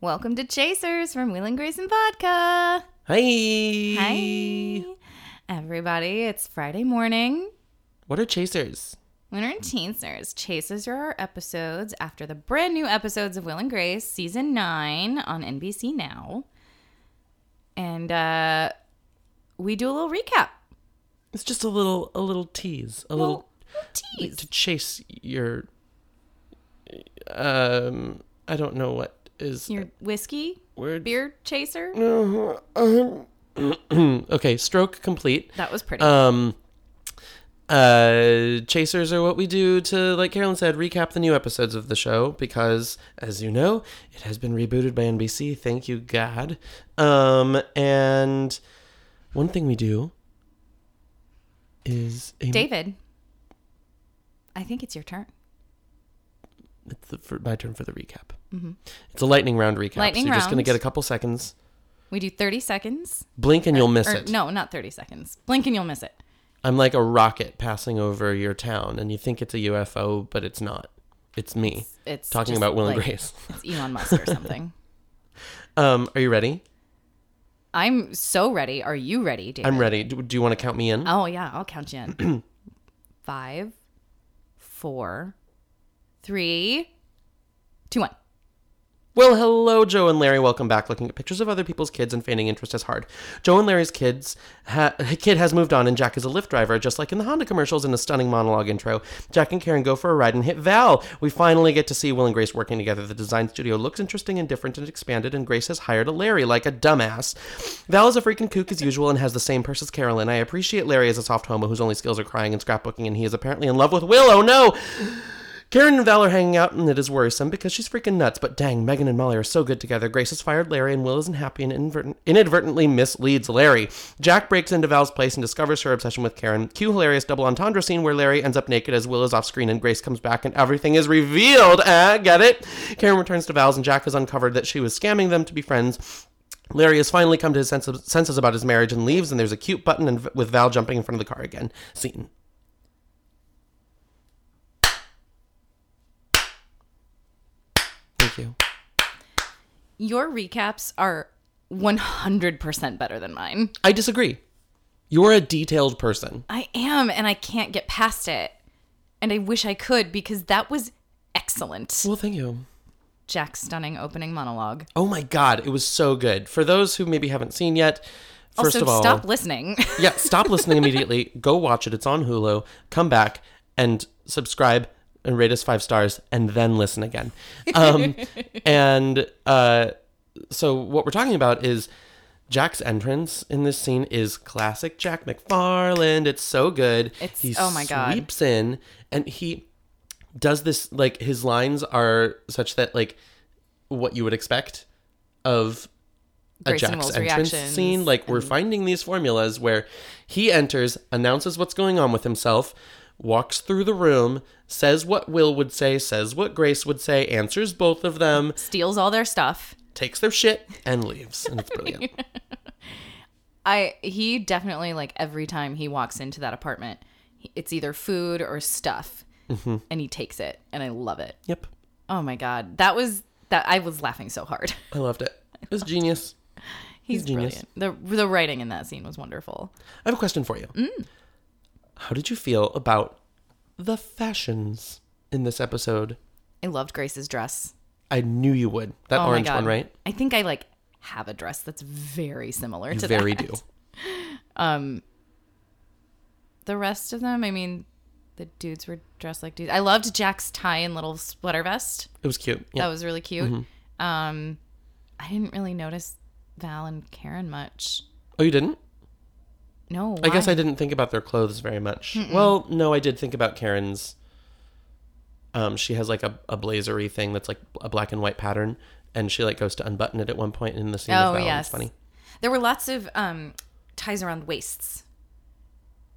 Welcome to Chasers from Wheel and Grayson Vodka. Hi. Hi, everybody. It's Friday morning. What are chasers? Winter and Teensers. Chasers are our episodes after the brand new episodes of Will and Grace, season nine on NBC Now. And uh, we do a little recap. It's just a little a little tease, a Well, little tease. to chase your um I don't know what is Your whiskey, word. beer chaser. Uh, Okay, stroke complete. That was pretty. Um uh chasers are what we do to like Carolyn said recap the new episodes of the show because as you know, it has been rebooted by NBC, thank you god. Um and one thing we do is a David, I think it's your turn. It's the, for my turn for the recap. It's a lightning round recap. Mm-hmm. Lightning so you're just going round. to get a couple seconds. We do 30 seconds. Blink and you'll miss Uh, Or, it. no, not 30 seconds. Blink and you'll miss it. I'm like a rocket passing over your town, and you think it's a UFO, but it's not. It's me It's talking just about Will and like- Grace. It's Elon Musk or something. Um, are you ready? I'm so ready. Are you ready, David? I'm ready. Do, do you want to count me in? Oh yeah, I'll count you in. Five, four, three, two, one. Well, hello, Joe and Larry. Welcome back. Looking at pictures of other people's kids and feigning interest is hard. Joe and Larry's kids ha- kid has moved on, and Jack is a Lyft driver, just like in the Honda commercials in a stunning monologue intro. Jack and Karen go for a ride and hit Val. We finally get to see Will and Grace working together. The design studio looks interesting and different and expanded, and Grace has hired a Larry like a dumbass. Val is a freaking kook as usual and has the same purse as Carolyn. I appreciate Larry as a soft homo whose only skills are crying and scrapbooking, and he is apparently in love with Will. Oh no! Karen and Val are hanging out, and it is worrisome because she's freaking nuts. But dang, Megan and Molly are so good together. Grace has fired Larry, and Will isn't happy and inadvertent- inadvertently misleads Larry. Jack breaks into Val's place and discovers her obsession with Karen. Cue hilarious double entendre scene where Larry ends up naked as Will is off screen and Grace comes back, and everything is revealed. Ah, get it? Karen returns to Val's, and Jack has uncovered that she was scamming them to be friends. Larry has finally come to his senses senses about his marriage and leaves, and there's a cute button and v- with Val jumping in front of the car again. Scene. Thank you. Your recaps are one hundred percent better than mine. I disagree. You're a detailed person. I am, and I can't get past it. And I wish I could because that was excellent. Well, thank you. Jack's stunning opening monologue. Oh my god, it was so good. For those who maybe haven't seen yet, first also, of all, stop listening. yeah, stop listening immediately. Go watch it. It's on Hulu. Come back and subscribe and rate us five stars, and then listen again. Um, and uh, so, what we're talking about is Jack's entrance in this scene is classic Jack McFarland. It's so good. It's- oh my God. Sweeps in, and he does this like his lines are such that like what you would expect of a Grace and Jack's Will's entrance reactions scene. Like we're finding these formulas where he enters, announces what's going on with himself, walks through the room, says what Will would say, says what Grace would say, answers both of them, Steals all their stuff. takes their shit, and leaves. And it's brilliant. I he definitely like every time he walks into that apartment, he- it's either food or stuff, Mm-hmm. and he takes it, and I love it. yep. Oh my god, that was that I was laughing so hard. I loved it. It was genius. He's, genius. brilliant. The the writing in that scene was wonderful. I have a question for you. Mm. How did you feel about the fashions in this episode? I loved Grace's dress. I knew you would. That Oh orange my god, one, right? I think I like have a dress that's very similar You to very that. do. The rest of them, I mean, the dudes were dressed like dudes. I loved Jack's tie and little sweater vest. It was cute. Yeah. Mm-hmm. That was really cute. Um, I didn't really notice Val and Karen much. oh, you didn't? No, I guess I didn't think about their clothes very much. Well, no, I did think about Karen's. Um, she has like a, a blazery thing that's like a black and white pattern, and she like goes to unbutton it at one point in the scene. Oh as well. yes, it's funny. There were lots of um, ties around waists.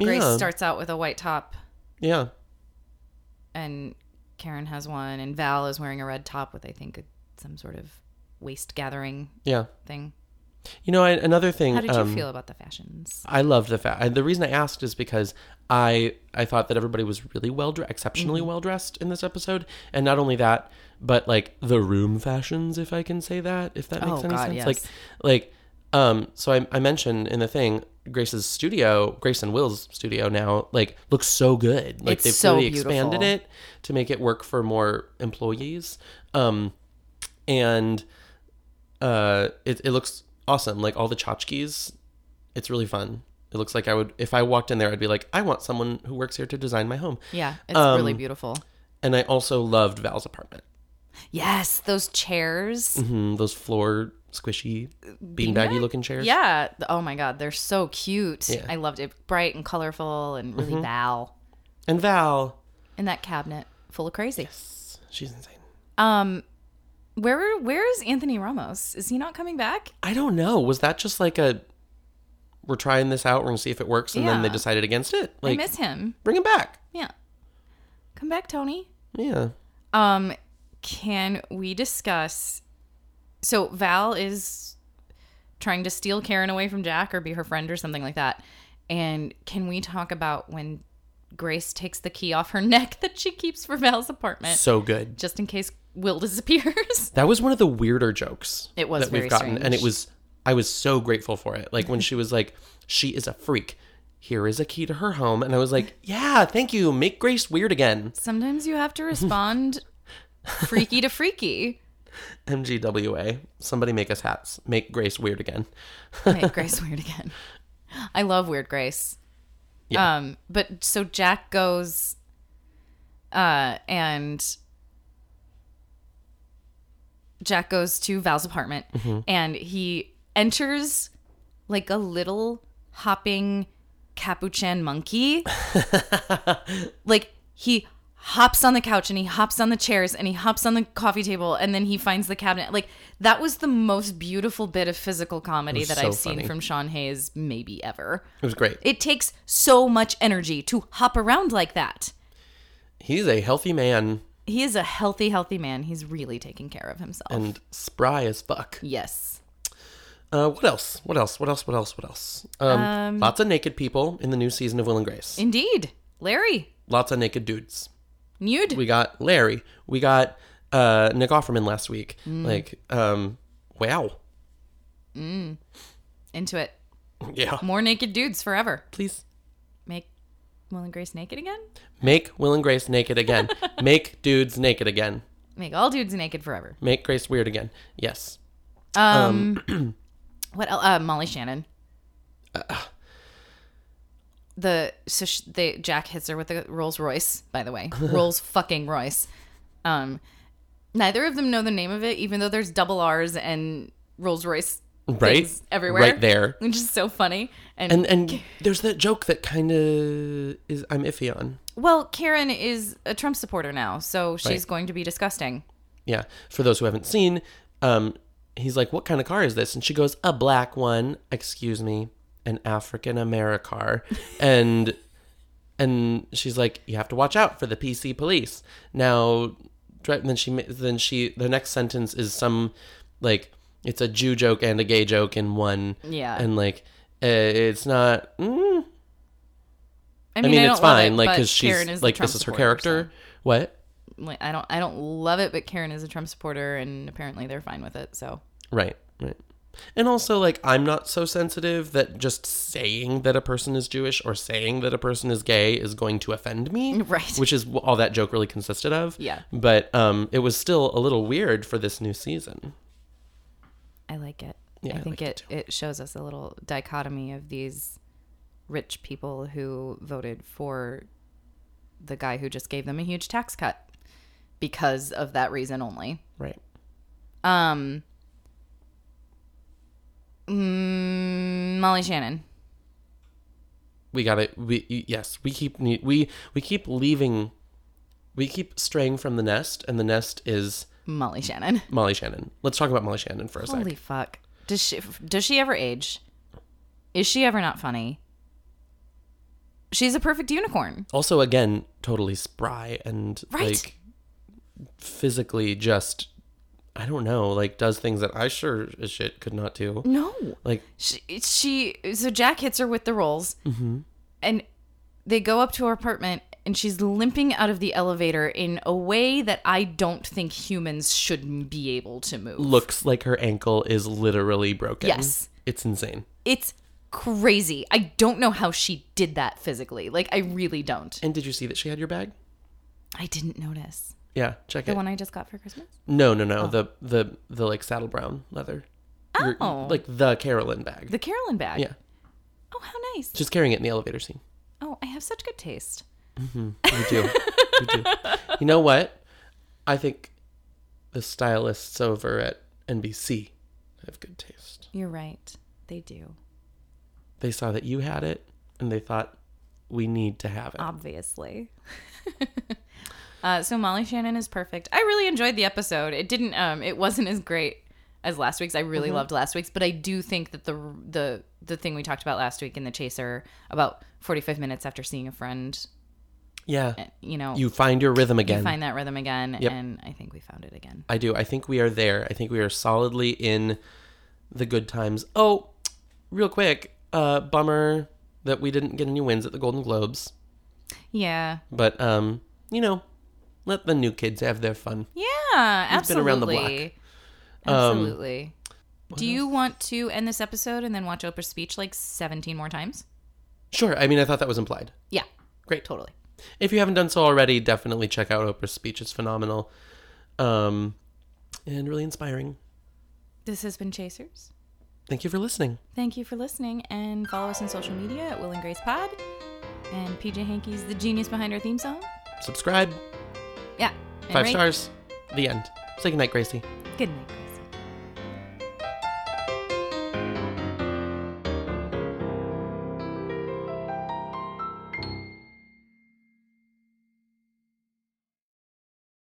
Grace yeah, starts out with a white top, yeah, and Karen has one, and Val is wearing a red top with I think a, some sort of waist gathering yeah. thing. You know, I, another thing. How did you um, feel about the fashions? I loved the fact. The reason I asked is because I I thought that everybody was really well, dre- exceptionally Mm-hmm. well dressed in this episode, and not only that, but like the room fashions, if I can say that, if that makes Oh, any God, sense. yes. Like, like, um. So I, I mentioned in the thing Grace's studio, Grace and Will's studio now, like looks so good. Like It's they've so really beautiful. expanded it to make it work for more employees. Um, and uh, it, it looks awesome. Like all the tchotchkes, it's really fun. It looks like I would, if I walked in there, I'd be like, I want someone who works here to design my home. Yeah, it's um, really beautiful. And I also loved Val's apartment. Yes, those chairs. Mm, those floor squishy, beanbaggy looking chairs. Yeah. th- Oh my God, they're so cute. Yeah. Mm-hmm. I loved it. Bright and colorful and really Val And Val, in that cabinet full of crazy. she's insane. Um, where where is Anthony Ramos? Is he not coming back? I don't know. Was that just like a, we're trying this out, we're going to see if it works. And then they Yeah. decided against it? I Like, miss him. bring him back. Yeah, come back, Tony. Yeah. Um, can we discuss? So Val is trying to steal Karen away from Jack or be her friend or something like that. And can we talk about when Grace takes the key off her neck that she keeps for Val's apartment So good. just in case Will disappears? That was one of the weirder jokes. It was that very we've gotten, and strange. it was I was so grateful for it. Like when she was like, "She is a freak. Here is a key to her home," and I was like, "Yeah, thank you. Make Grace weird again." Sometimes you have to respond freaky to freaky. MGWA. Somebody make us hats. Make Grace weird again. Make Grace weird again. I love Weird Grace. Yeah. Um, but so Jack goes uh and Jack goes to Val's apartment Mm-hmm. and he enters like a little hopping capuchin monkey. like he hops on the couch and he hops on the chairs and he hops on the coffee table and then he finds the cabinet. Like that was the most beautiful bit of physical comedy that so I've seen funny. from Sean Hayes maybe ever. It was great. It takes so much energy to hop around like that. He's a healthy man He is a healthy, healthy man. He's really taking care of himself. and spry as fuck. yes. Uh, what else? What else? What else? What else? What else? Um, lots of naked people in the new season of Will and Grace. Indeed. Larry. Lots of naked dudes. Nude. we got Larry, we got uh, Nick Offerman last week. Mm. Like, um, wow, Into it. yeah. More naked dudes forever. Please Make Will and Grace naked again? make Will and Grace naked again. make dudes naked again. Make all dudes naked forever. Make Grace weird again. Yes. Um, what else? Uh, Molly Shannon. Uh. the so sh they Jack hits her with a Rolls Royce. By the way, Rolls fucking Royce. Um, neither of them know the name of it, even though there's double R's and Rolls Royce Right things everywhere, Right there. which is so funny. And, And and there's that joke that kind of is I'm iffy on. well, Karen is a Trump supporter now, so she's Right. going to be disgusting. Yeah. For those who haven't seen, um, he's like, "What kind of car is this?" And she goes, "A black one." Excuse me, an African Americar. and and she's like, "You have to watch out for the PC police." Now, dri- and then she ma- then she the next sentence is some like it's a Jew joke and a gay joke in one. Yeah. And like, uh, it's not. Mm, I I mean, mean, I it's don't love fine. it, like, but because she's Karen is a like, Trump this is her supporter, character. What? so, like, I don't, I don't love it, but Karen is a Trump supporter, and apparently they're fine with it. So Right, right. And also, like, I'm not so sensitive that just saying that a person is Jewish or saying that a person is gay is going to offend me. Right. Which is wh- all that joke really consisted of. Yeah. But um, it was still a little weird for this new season. I like it. Yeah, I I think like it, it, shows us a little dichotomy of these rich people who voted for the guy who just gave them a huge tax cut because of that reason only. Right. Um, mm, Molly Shannon. We got to We y- yes, we keep ne- we we keep leaving, we keep straying from the nest, and the nest is Molly Shannon. Molly Shannon. Let's talk about Molly Shannon for a sec. Holy fuck. Does she does she ever age? Is she ever not funny? She's a perfect unicorn. also again totally spry and Right. like physically just I don't know, like does things that I sure as shit could not do. No. Like She, she so Jack hits her with the rolls, Mm-hmm. and they go up to her apartment, and she's limping out of the elevator in a way that I don't think humans should be able to move. looks like her ankle is literally broken. Yes. It's insane. It's crazy. I don't know how she did that physically. Like I really don't. And did you see that she had your bag? I didn't notice Yeah, check the it. one Oh. I just got for Christmas. No, no, no. The the the like saddle brown leather. Your- Oh. like the Carolyn bag. The Carolyn bag. Yeah. Oh, how nice. She's carrying it in the elevator scene. Oh, I have such good taste. You do. you do. You know what? I think the stylists over at NBC have good taste. You're right. They do. They saw that you had it and they thought we need to have it. obviously. uh, so Molly Shannon is perfect. I really enjoyed the episode. It didn't. Um, it wasn't as great as last week's. I really Mm-hmm. loved last week's, but I do think that the the the thing we talked about last week in the Chaser about forty five minutes after seeing a friend, eh, yeah. you know, You find your rhythm again. find that rhythm again, Yep. and I think we found it again. I do. I think we are there. I think we are solidly in the good times. Oh, real quick, uh bummer that we didn't get any wins at the Golden Globes, Yeah, but um, you know, let the new kids have their fun. yeah, been absolutely. around the block. Um, Absolutely. do you want to end this episode and then watch Oprah's speech like 17 more times? Sure. I mean, I thought that was implied. Yeah. Great. Totally. If you haven't done so already, definitely check out Oprah's speech. It's phenomenal. Um, and really inspiring. This has been Chasers. Thank you for listening. Thank you for listening and follow us on social media at Will and Grace Pod. And PJ Hankey's the genius behind our theme song. Subscribe. Yeah. and Five rate- stars. The end. Say goodnight, Gracie. Good night, Grace.